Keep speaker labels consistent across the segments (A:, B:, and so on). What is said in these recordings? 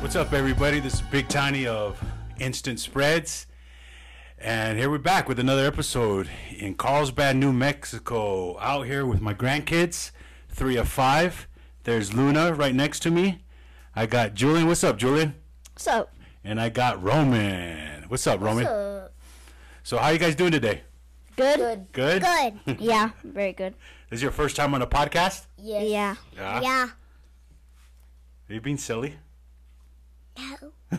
A: What's up, everybody? This is Big Tiny of Instant Spreads. And here we're back with another episode in Carlsbad, New Mexico. Out here with my grandkids, three of five. There's Luna right next to me. I got Julian. What's up, Julian?
B: So,
A: And I got Roman. What's up, Roman?
C: Uh,
A: So, how you guys doing today?
B: good?
C: good.
A: Good?
C: Good.
B: Yeah, very good.
A: This is your first time on a podcast?
C: Yes.
B: Yeah.
A: Yeah.
C: Yeah.
A: Are you being silly?
C: No.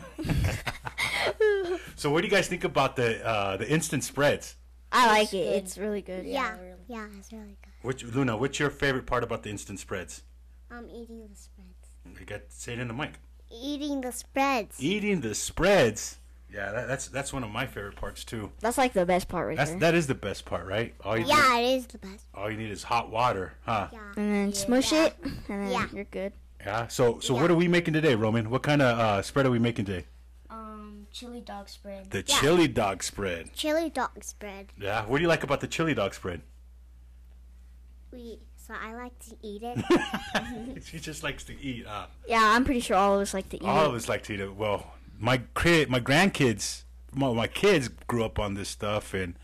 A: So, what do you guys think about the uh, the instant spreads?
B: I like it.
C: good.
B: It's really good.
C: Yeah. Yeah, it's really good.
A: Which, Luna, what's your favorite part about the instant spreads?
C: I'm eating the spreads.
A: You got to say it in the mic.
C: Eating the spreads.
A: Eating the spreads. Yeah, that, that's that's one of my favorite parts too.
B: That's like the best part right
A: That's
B: there.
A: that is the best part, right? All you need,
C: Yeah, it is the best.
A: all you need is hot water, huh?
C: Yeah.
B: and then smush
C: Yeah.
B: it, and then
C: Yeah.
B: you're good.
A: Yeah. So so what are we making today, Roman? What kind of uh, spread are we making today?
D: Um, chili dog spread.
A: The chili dog spread.
C: Chili dog spread.
A: Yeah. What do you like about the chili dog spread?
C: We so I like to eat it.
D: Mm-hmm.
A: she just likes to eat. Uh,
B: Yeah, I'm pretty sure all of us like to eat
A: all
B: it.
A: of us like to eat it. Well, my kid, my grandkids, my, my kids grew up on this stuff, and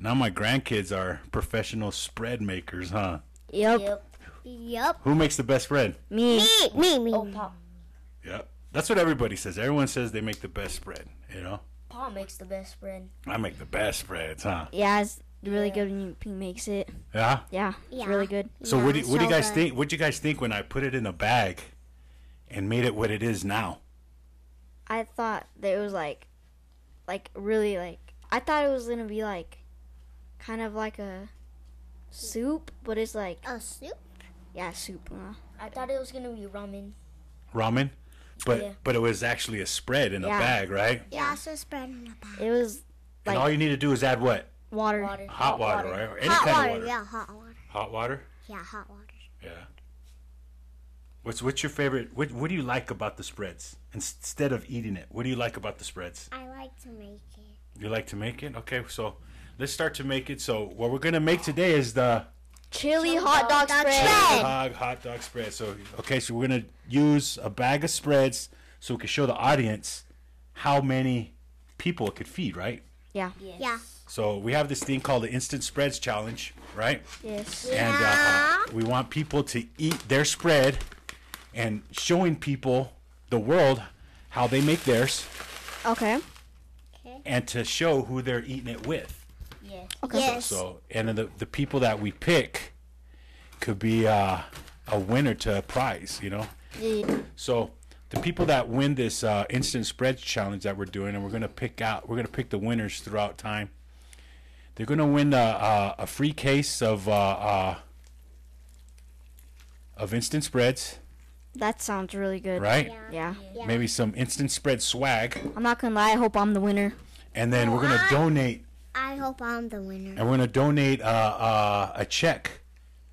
A: now my grandkids are professional spread makers, huh?
B: Yep.
C: yep.
A: Who makes the best spread?
B: Me.
C: Me, me, me.
D: Oh, Pa
A: Yeah, that's what everybody says. Everyone says they make the best spread. You know,
D: Pa makes the best spread.
A: I make the best spreads, huh?
B: Yeah, it's really good when you- he makes it.
A: Yeah.
B: Yeah, it's
C: Yeah.
B: really good.
A: So what do you, what do you
C: so
A: guys
C: good.
A: think? What do you guys think when I put it in a bag and made it what it is now?
B: I thought that it was like, like really like. I thought it was gonna be like, kind of like a soup, but it's like
C: A soup?
B: yeah, soup. uh,
D: I thought it was gonna be ramen.
A: Ramen, but
D: Yeah.
A: but it was actually a spread in a
B: Yeah.
A: bag, right?
C: Yeah, so spread in a bag.
B: It was
A: and
B: Like-
A: all you need to do is add what?
B: water.
D: Water.
A: Hot, water, right? Any
C: Hot
A: kind
C: water,
A: of water.
C: yeah, hot water.
A: Hot water.
C: Yeah, hot water.
A: Yeah. What's what's your favorite? What what do you like about the spreads instead of eating it? What do you like about the spreads?
C: I like to make it.
A: You like to make it? Okay, so let's start to make it. So what we're gonna make today is the
B: Chili hot dog
C: dog
B: spread.
C: spread. Bread.
A: hog hot dog spread. So okay, so we're gonna use a bag of spreads so we can show the audience how many people it could feed, right?
B: Yeah.
D: Yes.
C: Yeah.
A: So we have this thing called the instant spreads challenge, right?
B: Yes.
A: And uh, uh, we want people to eat their spread and showing people the world how they make theirs
B: Okay.
A: and to show who they're eating it with.
D: Yes.
B: Okay.
C: Yes.
A: So, and the the people that we pick could be uh, a winner to a prize, you know. So, the people that win this uh, instant spread challenge that we're doing, and we're gonna pick out, we're gonna pick the winners throughout time. They're gonna win a, a, a free case of uh, uh, of instant spreads,
B: That sounds really good.
A: right?
C: Yeah.
B: Yeah.
A: Maybe some instant spread swag,
B: I'm not gonna lie. I hope I'm the winner.
A: and then we're gonna donate,
C: I hope I'm the winner.
A: and we're gonna donate uh, uh, a check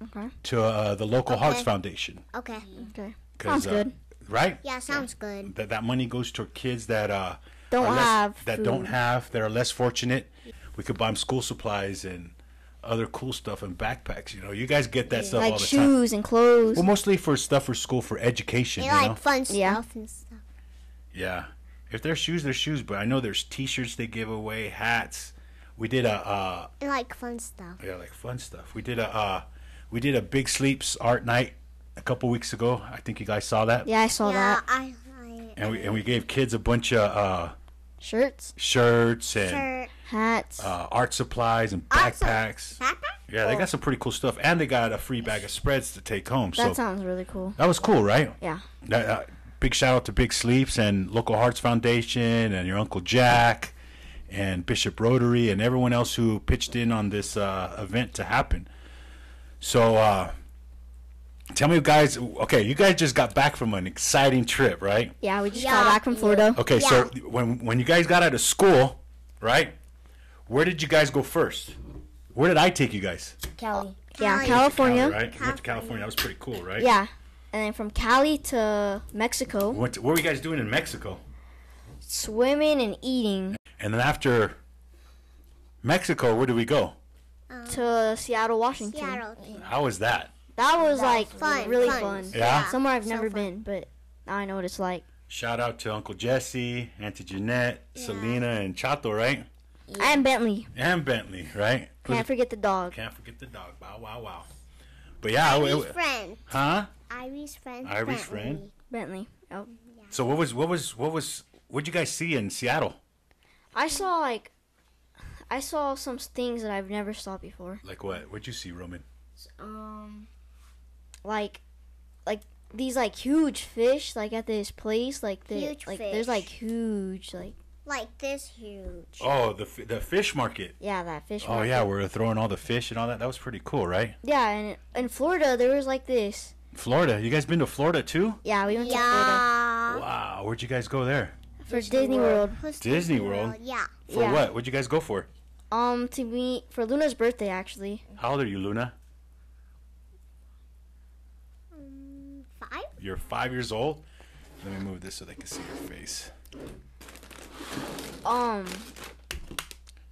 B: Okay.
A: to uh, the local Hearts
C: Okay.
A: Foundation.
C: Okay.
B: Okay.
A: 'Cause, uh,
B: Sounds good.
A: Right?
C: Yeah, sounds good.
A: That that money goes toward kids that uh,
B: Don't
A: are less-
B: have
A: that
B: food.
A: don't have that are less fortunate. We could buy them school supplies and other cool stuff and backpacks. You know, you guys get that stuff all
B: Like
A: the time.
B: shoes and clothes.
A: Well, mostly for stuff for school for education.
C: They
A: You know,
C: like fun stuff
B: Yeah.
C: and stuff.
A: yeah. If there's shoes, there's shoes. But I know there's T-shirts they give away, hats. We did a uh,
C: They like fun stuff.
A: yeah, like fun stuff. We did a uh, we did a big sleeps art night a couple weeks ago. I think you guys saw that.
B: yeah, I saw
C: yeah,
B: that.
C: I, I
A: And we and we gave kids a bunch of uh,
B: Shirts,
A: shirts and.
C: shirt.
B: hats.
A: uh, art supplies and
C: Art sup-
A: backpacks.
C: Pepper?
A: Yeah, they got some pretty cool stuff, and they got a free bag of spreads to take home.
B: that
A: So
B: sounds really cool.
A: that was cool, right?
B: Yeah.
A: That, uh, big shout out to Big Sleeps and Local Hearts Foundation and your Uncle Jack and Bishop Rotary and everyone else who pitched in on this uh, event to happen. So uh, tell me, guys. Okay, you guys just got back from an exciting trip, right?
B: Yeah, we just
C: Yeah,
B: got back from Florida.
A: Okay, so when when you guys got out of school, right? Where did you guys go first? Where did I take you guys?
C: Oh,
D: Cali.
B: Yeah,
C: Cali.
B: California.
A: Cali, right? We Went to California. That was pretty cool, right?
B: Yeah. And then from Cali to Mexico,
A: We went to- what were you guys doing in Mexico?
B: swimming and eating
A: And then after Mexico, where did we go?
B: to Seattle, Washington.
C: Seattle.
A: How was that?
B: That was like
C: fun,
B: really
C: fun.
B: fun.
A: Yeah?
B: Somewhere I've
C: so
B: never
C: fun.
B: been, but now I know what it's like.
A: Shout out to Uncle Jesse, Auntie Jeanette, Selena, and Chato, right?
B: And Bentley.
A: And Bentley, right?
B: Can't forget the dog.
A: Can't forget the dog. Wow, wow, wow. But yeah, it-
C: Irie's
A: it-
C: friend.
A: huh?
C: Irie's friend.
A: Irie's
C: Bentley.
B: Bentley. Oh.
A: So what was what was what was what'd you guys see in Seattle?
B: I saw like I saw some things that I've never saw before.
A: Like what? What'd you see, Roman?
D: Um,
B: Like like these like huge fish like at this place like the
C: Huge
B: like there's
C: fish.
B: like huge like
C: Like this huge.
A: Oh, the f- the fish market.
B: yeah that fish
A: Oh
B: market.
A: yeah, we are throwing all the fish and all that. That was pretty cool, right?
B: yeah and in Florida there was like this
A: Florida. You guys been to Florida too?
B: yeah we went to Florida
C: Yeah.
A: Wow. Where'd you guys go there?
B: for Disney World
C: Who's
A: Disney World.
C: Yeah.
A: For
B: Yeah.
A: what? What'd you guys go for?
B: um to meet for Luna's birthday actually
A: How old are you, Luna?
C: Mm, five?
A: You're five years old. Let me move this so they can see your face.
B: um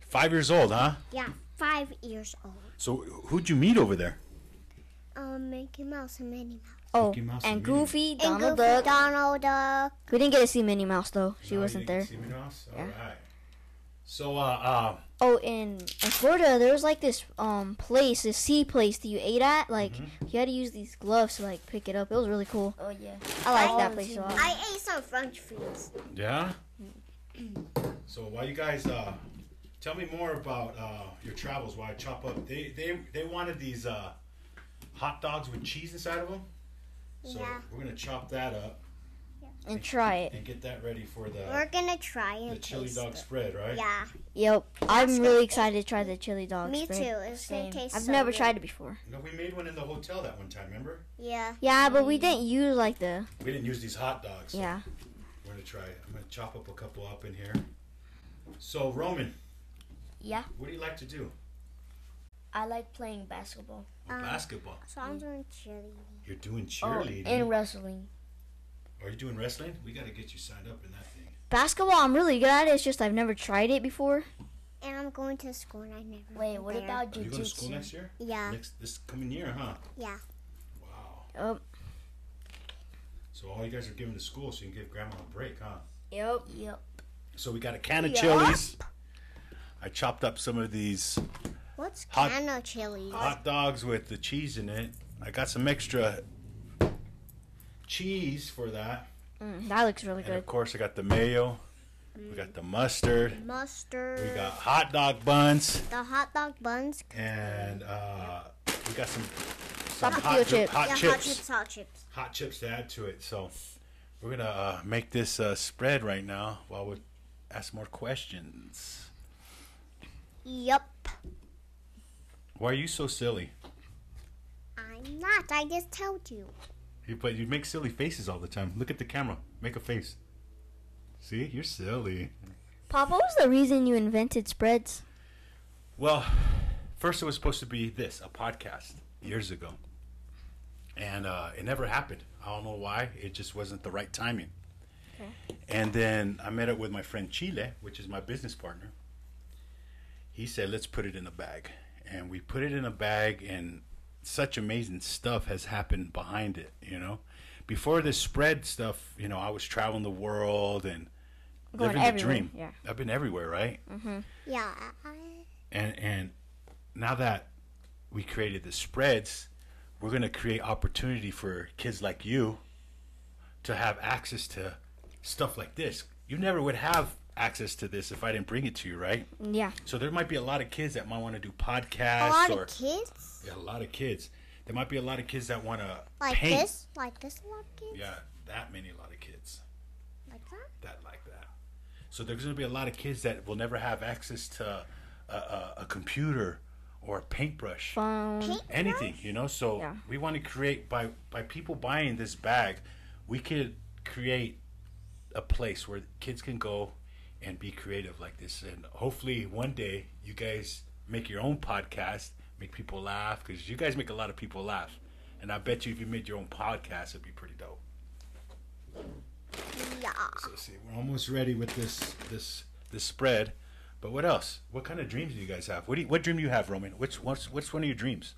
A: Five years old, huh?
C: Yeah, five years old.
A: So who'd you meet over there?
C: Um, Mickey Mouse and Minnie Mouse.
B: oh
A: Mickey Mouse
B: and
A: and Minnie.
B: Goofy
C: And
B: Donald
C: Goofy,
B: Duck
C: Donald Duck.
B: we didn't get to see Minnie Mouse though she
A: Oh,
B: wasn't there
A: All right. So, uh, uh,
B: Oh, in, in Florida, there was like this um place, this sea place that you ate at. Like
A: Mm-hmm.
B: you had to use these gloves to like pick it up. It was really cool.
D: oh yeah.
B: I like that
D: Oh,
B: place a
D: too.
B: lot.
C: I ate some French fries.
A: yeah. So while you guys, uh, tell me more about uh, your travels. While I chop up, they they they wanted these uh, hot dogs with cheese inside of them. So
C: Yeah.
A: we're gonna chop that up
B: And try it.
A: and get that ready for
C: We're
A: the
C: gonna try and
A: the chili
C: taste
A: dog
C: it.
A: spread, right?
C: Yeah,
B: Yep, I'm really excited to try the chili dog.
C: me too.
B: spread.
C: It's
D: Same.
C: gonna taste.
B: I've
C: so
B: never
C: good.
B: tried it before.
A: No, we made one in the hotel that one time. Remember?
C: Yeah.
B: Yeah, but
D: Mm.
B: we didn't use like the
A: We didn't use these hot dogs. so
B: yeah.
A: We're gonna try it. I'm gonna chop up a couple up in here. So Roman,
D: Yeah.
A: what do you like to do?
D: I like playing basketball.
A: Oh,
C: Um,
A: basketball.
C: So
B: Mm.
C: I'm doing chili.
A: You're doing
D: Oh,
A: cheerleading.
D: and wrestling.
A: Are you doing wrestling? We got to get you signed up in that thing.
B: Basketball, I'm really good at it. It's just I've never tried it before.
C: And I'm going to school and I never.
D: Wait,
C: been
D: what
C: there.
D: about
A: Are you going to school
D: jujitsu?
A: next year?
C: Yeah,
A: Next this coming year, huh?
C: yeah.
A: Wow.
B: Yep.
A: So all you guys are giving to school, so you can give Grandma a break, huh?
B: Yep.
D: Yep.
A: So we got a can of
B: Yeah.
A: chilies. I chopped up some of these
C: What's
A: Hot-
C: can of chili?
A: hot dogs with the cheese in it. I got some extra cheese for that,
B: Mm, that looks really
A: and
B: good.
A: of course I got the mayo. We got the mustard.
C: Mustard.
A: We got hot dog buns,
C: the hot dog buns.
A: and uh, we got some some
B: Hot
A: hot,
B: chips.
A: hot
C: yeah,
A: chips.
C: hot chips, hot chips.
A: hot chips to add to it. So we're gonna uh, make this uh, spread right now while we ask more questions.
C: Yup.
A: Why are you so silly?
C: I'm not. I just told you.
A: You but you make silly faces all the time. Look at the camera. Make a face. See, you're silly.
B: Pop, what was the reason you invented spreads?
A: Well, first it was supposed to be this, a podcast years ago. And uh, it never happened. I don't know why. It just wasn't the right timing. And then I met up with my friend Chile, which is my business partner. He said, let's put it in a bag. And we put it in a bag, and such amazing stuff has happened behind it, you know? Before this spread stuff, you know, I was traveling the world and
B: Going
A: living the
B: everywhere,
A: dream.
B: yeah.
A: I've been everywhere, right?
C: Yeah. I-
A: and and now that we created the spreads we're going to create opportunity for kids like you to have access to stuff like this you never would have access to this if i didn't bring it to you right
B: Yeah.
A: so there might be a lot of kids that might want to do
C: A
A: podcasts
C: lot
A: or
C: of kids.
A: Yeah, a lot of kids there might be a lot of kids that want to
C: Like
A: paint.
C: this. Like this. A lot of kids.
A: yeah that many a lot of kids
C: Like that.
A: that like that. So there's going to be a lot of kids that will never have access to a, a, a computer or a paintbrush,
B: Phone.
C: Paint
A: anything, you know. So
B: Yeah.
A: we want to create by by people buying this bag, we could create a place where kids can go and be creative like this. And hopefully one day you guys make your own podcast, make people laugh because you guys make a lot of people laugh. And I bet you if you made your own podcast, it'd be pretty dope.
C: Yeah.
A: So see, we're almost ready with this this this spread. But what else? What kind of dreams do you guys have? What do you, what dream do you have, Roman? Which what's what's one of your dreams?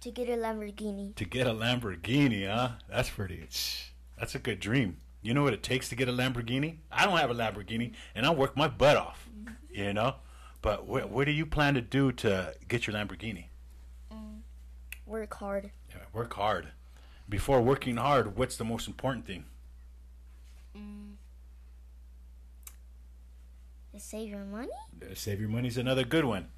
D: To get a Lamborghini.
A: To get a Lamborghini, huh? That's pretty. That's a good dream. You know what it takes to get a Lamborghini? I don't have a Lamborghini, and I work my butt off. You know, but what what do you plan to do to get your Lamborghini?
D: Work hard.
A: Yeah, work hard. Before working hard, what's the most important thing?
D: Save your money?
A: Uh, Save your money's another good one.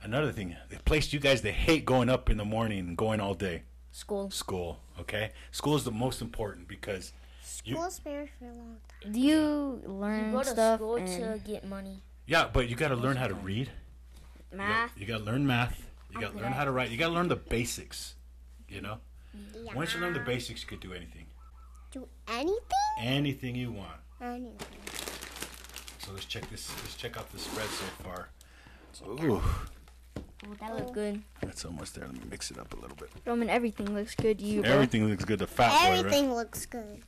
A: Another thing, the place you guys that hate going up in the morning and going all day,
D: School.
A: school. Okay, school is the most important because You-
C: School's better for a long time.
B: You learn
D: You go to
B: stuff
D: school
B: and
D: to get money.
A: yeah, but you got to learn how to read. You
B: math.
A: got- You got to learn math. You got to learn how to write. You got to learn the basics. You know,
C: Yeah.
A: once you learn the basics, you could do anything,
C: Do anything?
A: anything you want.
C: Anything.
A: So let's check this. Let's check out the spread so far. Ooh,
D: that looked good.
A: that's almost there. Let me mix it up a little bit.
B: Roman, everything looks good to you, bro.
A: Everything looks good. The fat boy, right?
C: Everything looks good.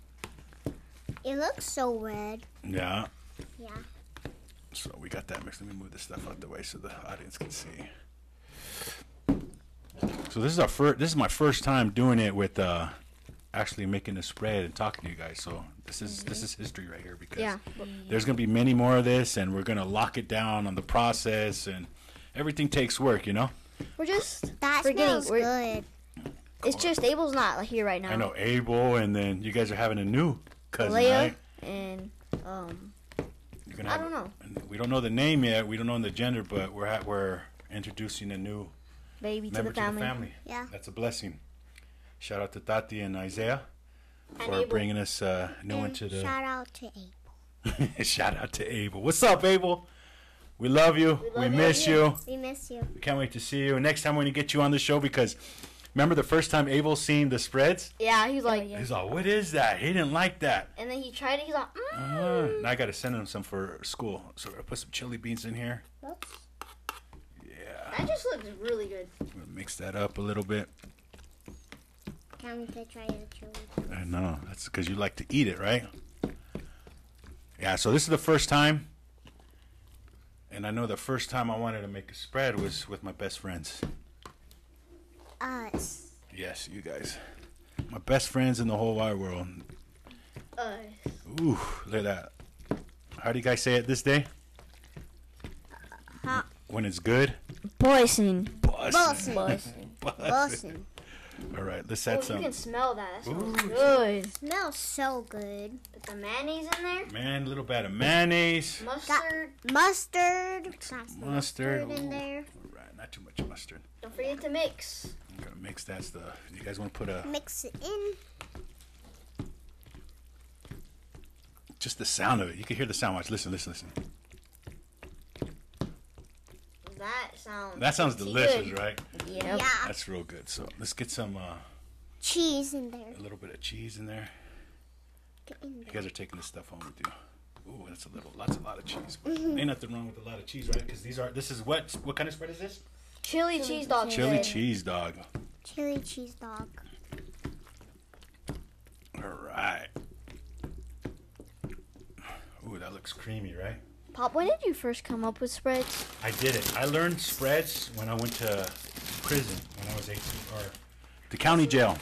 C: It looks so red.
A: Yeah.
C: Yeah.
A: So we got that mixed. Let me move this stuff out the way so the audience can see. So this is our first. This is my first time doing it with uh, actually making a spread and talking to you guys. So this is this is history right here because
B: Yeah.
A: there's gonna be many more of this, and we're gonna lock it down on the process, and everything takes work, you know.
B: We're just
C: That
B: We're getting-
C: smells
B: we're-
C: good.
B: it's just Abel's not here right now.
A: I know Abel, and then you guys are having a new cousin,
B: Leia
A: right?
B: and um
A: You're gonna
B: I
A: have-
B: don't know.
A: and We don't know the name yet. We don't know the gender, but we're ha- we're introducing a new
B: baby to
A: member
B: the family.
C: Yeah.
A: That's a blessing. Shout out to Tati and Isaiah for
B: Abel.
A: bringing us uh, new one
C: And
A: to the.
C: Shout out to Abe.
A: Shout out to Abel. What's up, Abel? We love you. We,
B: love
A: miss you.
C: We miss you.
A: We can't wait to see you. Next time we're gonna get you on the show because remember the first time Abel seen the spreads,
B: Yeah, he's like,
D: yeah.
A: he's like, "What is that?" He didn't like that.
B: and then he tried it. He's like, mm.
A: Uh, now I gotta send him some for school. So I put some chili beans in here. Yeah, Uh-huh.
B: that just looks really good.
A: we'll mix that up a little bit.
C: Time to try the chili.
A: I know. That's because you like to eat it, right? Yeah, so this is the first time. And I know the first time I wanted to make a spread was with my best friends.
C: Us.
A: Yes, you guys. My best friends in the whole wide world.
B: Uh,
A: Ooh, look at that. How do you guys say it this day?
C: Huh.
A: When it's good?
B: poison.
A: Bussin'.
D: Bussin'.
A: Bussin'.
C: Lawson.
A: All right, let's
B: Oh,
A: add
B: you
A: some.
B: can smell that. That smells
A: um, Ooh.
B: good.
C: Smells so good.
B: Put the mayonnaise in there.
A: Man, little bit of mayonnaise.
B: Mustard.
C: Mustard. That's
A: Mustard.
C: mustard in
A: Ooh.
C: there.
A: All right, not too much mustard.
B: Don't forget to mix.
A: I'm going to mix that stuff. You guys want to put a
C: Mix it in.
A: just the sound of it. You can hear the sound. Watch. Listen, listen, listen.
B: That sounds.
A: That sounds
B: pretty
A: delicious,
B: good.
A: right?
B: Yeah.
C: Yeah.
A: That's real good. So let's get some uh,
C: Cheese in there.
A: a little bit of cheese in there.
C: Get in
A: You
C: there.
A: guys are taking this stuff home with you. Ooh, that's a little, lots, a lot of cheese. But ain't nothing wrong with a lot of cheese, right? Because these are. This is what? What kind of spread is this?
B: Chili, cheese dog.
A: Chili
B: spread.
A: cheese dog.
C: Chili cheese dog.
A: All right. Ooh, that looks creamy, right?
B: Pop, when did you first come up with spreads?
A: I did it. I learned spreads when I went to prison when I was 18 or the county jail.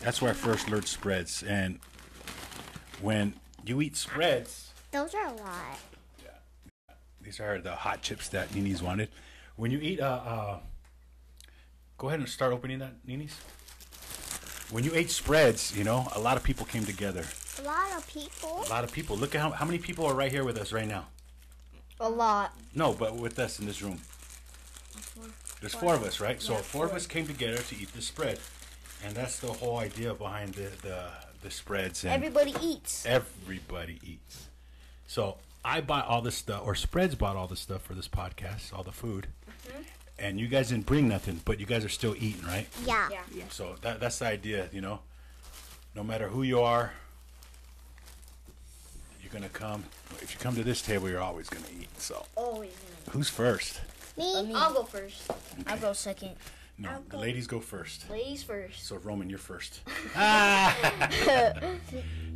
A: That's where I first learned spreads. And when you eat spreads,
C: Those are a lot.
A: these are the hot chips that Nini's wanted. When you eat, uh, uh, go ahead and start opening that, Nini's. When you ate spreads, you know, a lot of people came together.
C: A lot of people.
A: A lot of people. Look at how, how many people are right here with us right now.
B: A lot.
A: No, but with us in this room. There's four of us, right? so four of us came together to eat the spread, and that's the whole idea behind the the, the spreads. And
B: Everybody eats.
A: everybody eats. So I bought all this stuff, or spreads bought all this stuff for this podcast, all the food. And you guys didn't bring nothing, but you guys are still eating, right?
C: Yeah.
B: Yeah.
A: So that, that's the idea, you know. No matter who you are, you're gonna come. If you come to this table, you're always gonna eat. So
D: Oh,
B: Always.
A: who's first?
C: Me. Oh,
D: Me.
B: I'll go first.
D: I'll go second.
A: No, the ladies go first.
B: Ladies first.
A: So Roman, you're first. ah!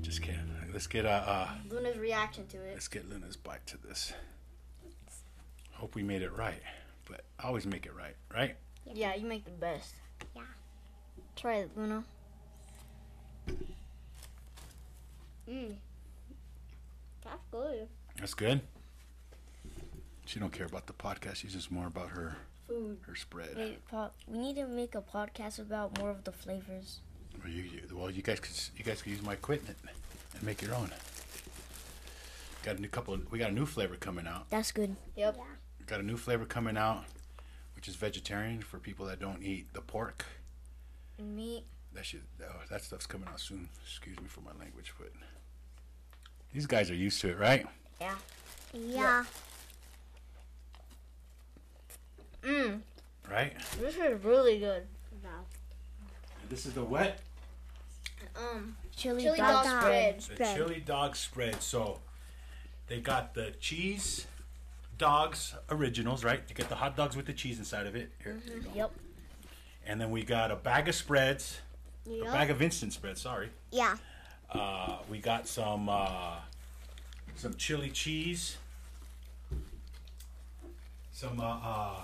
A: Just kidding. Let's get uh, uh,
B: Luna's reaction to it.
A: let's get Luna's bite to this. Hope we made it right, but I always make it right, right?
B: Yeah, you make the best.
C: Yeah.
B: Try it, Luna.
C: Mm. That's good.
A: That's good. She don't care about the podcast. She's just more about her
C: Food.
A: her spread.
D: Wait, Pop, we need to make a podcast about more of the flavors.
A: Well, you, you- well, you guys could s- you guys could use my equipment and make your own. Got a new couple. Of, we got a new flavor coming out.
D: That's good.
B: Yep.
A: We got a new flavor coming out, which is vegetarian for people that don't eat the pork.
D: Meat.
A: That shit. Oh, that stuff's coming out soon. Excuse me for my language, but these guys are used to it, right?
C: Yeah.
B: Mmm.
A: Right.
B: This is really good.
A: And this is the what?
B: Um,
D: Chili,
B: chili
D: dog,
B: dog
D: spread.
B: spread.
A: The chili dog spread. So they got the cheese dogs originals, right? You get the hot dogs with the cheese inside of it. Here, there you
B: Mm-hmm.
A: go.
D: Yep.
A: And then we got a bag of spreads, a
C: Yeah.
A: bag of instant spreads. Sorry.
C: Yeah.
A: Uh, we got some uh, some chili cheese. Some uh, uh,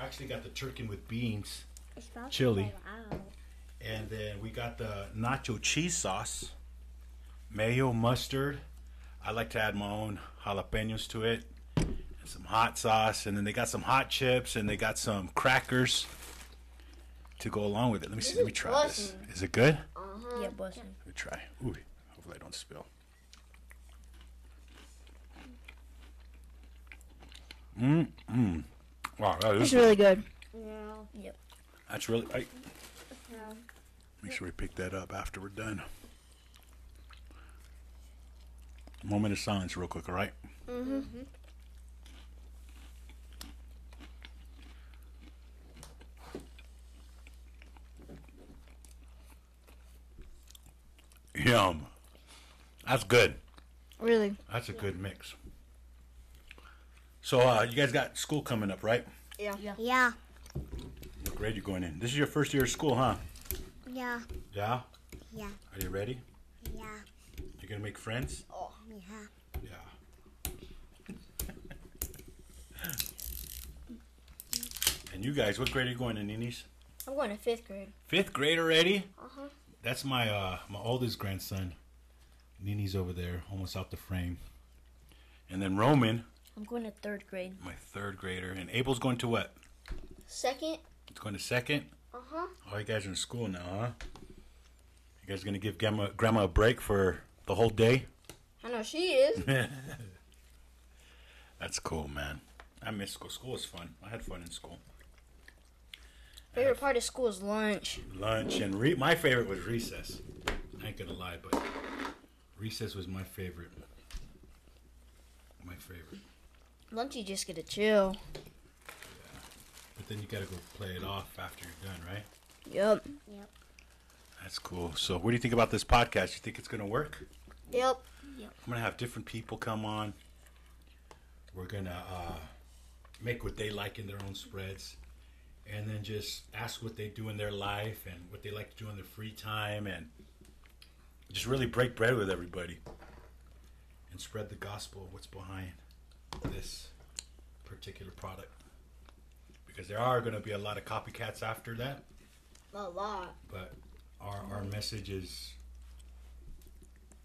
A: I actually got the turkey with beans, Chili. and then we got the nacho cheese sauce, mayo mustard. I like to add my own jalapenos to it, and some hot sauce, and then they got some hot chips, and they got some crackers to go along with it. Let me see. Let me try this. Is it good?
D: Yeah, busting.
A: Let me try. Ooh, hopefully I don't spill. Mm, mm. Wow, that is,
B: really good.
C: Yeah.
A: that's really. I, make sure we pick that up after we're done. Moment of silence, real quick. All right. Mm-hmm. Mm-hmm. Yum. That's good.
B: Really.
A: That's a good mix. So uh, you guys got school coming up, right?
C: Yeah.
A: What grade you going in? This is your first year of school, huh?
C: Yeah.
A: Yeah.
C: Yeah.
A: Are you ready?
C: Yeah. Oh.
A: You gonna make friends?
C: Yeah.
A: Yeah. and you guys, what grade are you going in, Ninis?
D: I'm going to fifth grade.
A: Fifth grade already?
C: Uh-huh.
A: That's my uh my oldest grandson. Nini's over there, almost out the frame. And then Roman,
D: I'm going to third grade.
A: my third grader, and Abel's going to what?
D: Second?
A: It's going to second.
C: Uh-huh.
A: Oh, you guys are in school now, huh? You guys gonna give grandma, grandma a break for the whole day?
B: I know she is.
A: That's cool, man. I miss school. School was fun. I had fun in school.
D: Favorite part of school is lunch.
A: Lunch and re- my favorite was recess. I ain't gonna lie, but recess was my favorite. My favorite.
D: Lunch, you just get to chill.
A: But then you gotta go play it off after you're done, right?
D: Yep.
A: That's cool. So, what do you think about this podcast? You think it's gonna work?
B: yep.
A: I'm gonna have different people come on. We're gonna uh, make what they like in their own spreads, and then just ask what they do in their life and what they like to do in their free time, and just really break bread with everybody and spread the gospel of what's behind this particular product. Because there are gonna be a lot of copycats after that,
B: A lot.
A: but our our message is.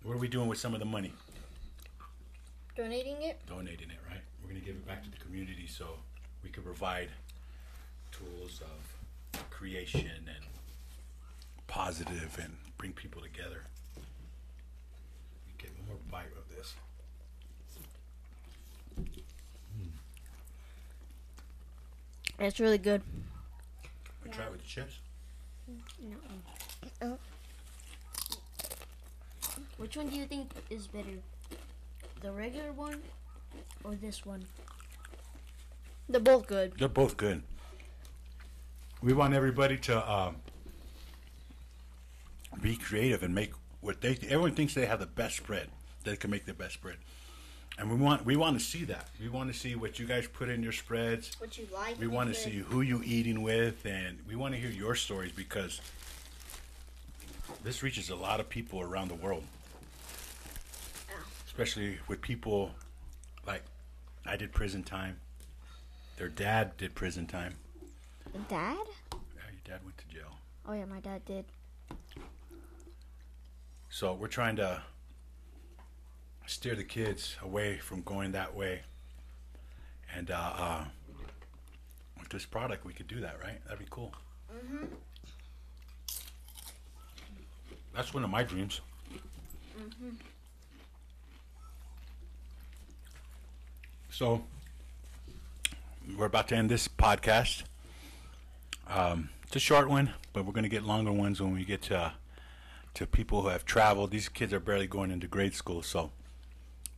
A: What are we doing with some of the money?
B: Donating it.
A: donating it, right? We're going to give it back to the community so we can provide tools of creation and positive and bring people together. Get one more bite of this.
D: It's really good.
A: We try it with the chips.
C: Oh,
D: Which one do you think is better? The regular one or this one?
B: They're both good.
A: They're both good. We want everybody to um, be creative and make what they. Everyone thinks they have the best spread. They can make the best spread, and we want we want to see that. We want to see what you guys put in your spreads.
B: What you like?
A: We want to see who you eating with, and we want to hear your stories because this reaches a lot of people around the world, especially with people like I did prison time. Their dad did prison time.
B: Dad?
A: Yeah, your dad went to jail.
B: Oh yeah, my dad did.
A: So we're trying to steer the kids away from going that way. And uh, uh, with this product, we could do that, right? That'd be cool. Mm-hmm. That's one of my dreams. So we're about to end this podcast. Um, it's a short one, but we're going to get longer ones when we get to uh, to people who have traveled. These kids are barely going into grade school, so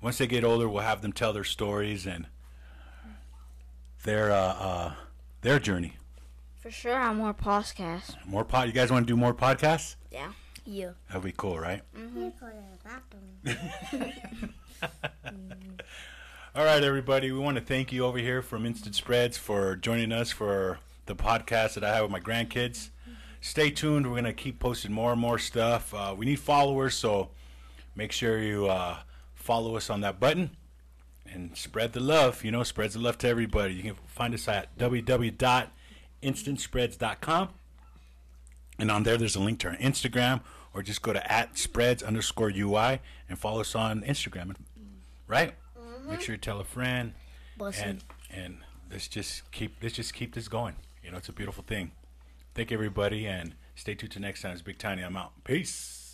A: once they get older, we'll have them tell their stories and their uh, uh, their journey.
B: For sure, I'm more podcast.
A: More pod. You guys want to do more podcasts?
B: Yeah.
D: Yeah.
A: That'd be cool, right?
C: You go to the bathroom.
A: All right, everybody. We want to thank you over here from Instant Spreads for joining us for the podcast that I have with my grandkids. Stay tuned. We're going to keep posting more and more stuff. Uh, we need followers, so make sure you uh, follow us on that button and spread the love. You know, spreads the love to everybody. You can find us at www.instantspreads.com. And on there, there's a link to our Instagram, or just go to at spreads underscore UI and follow us on Instagram. Right? Make sure you tell a friend. And and let's just keep let's just keep this going. You know, it's a beautiful thing. Thank you, everybody, and stay tuned to next time. It's Big Tiny. I'm out. Peace.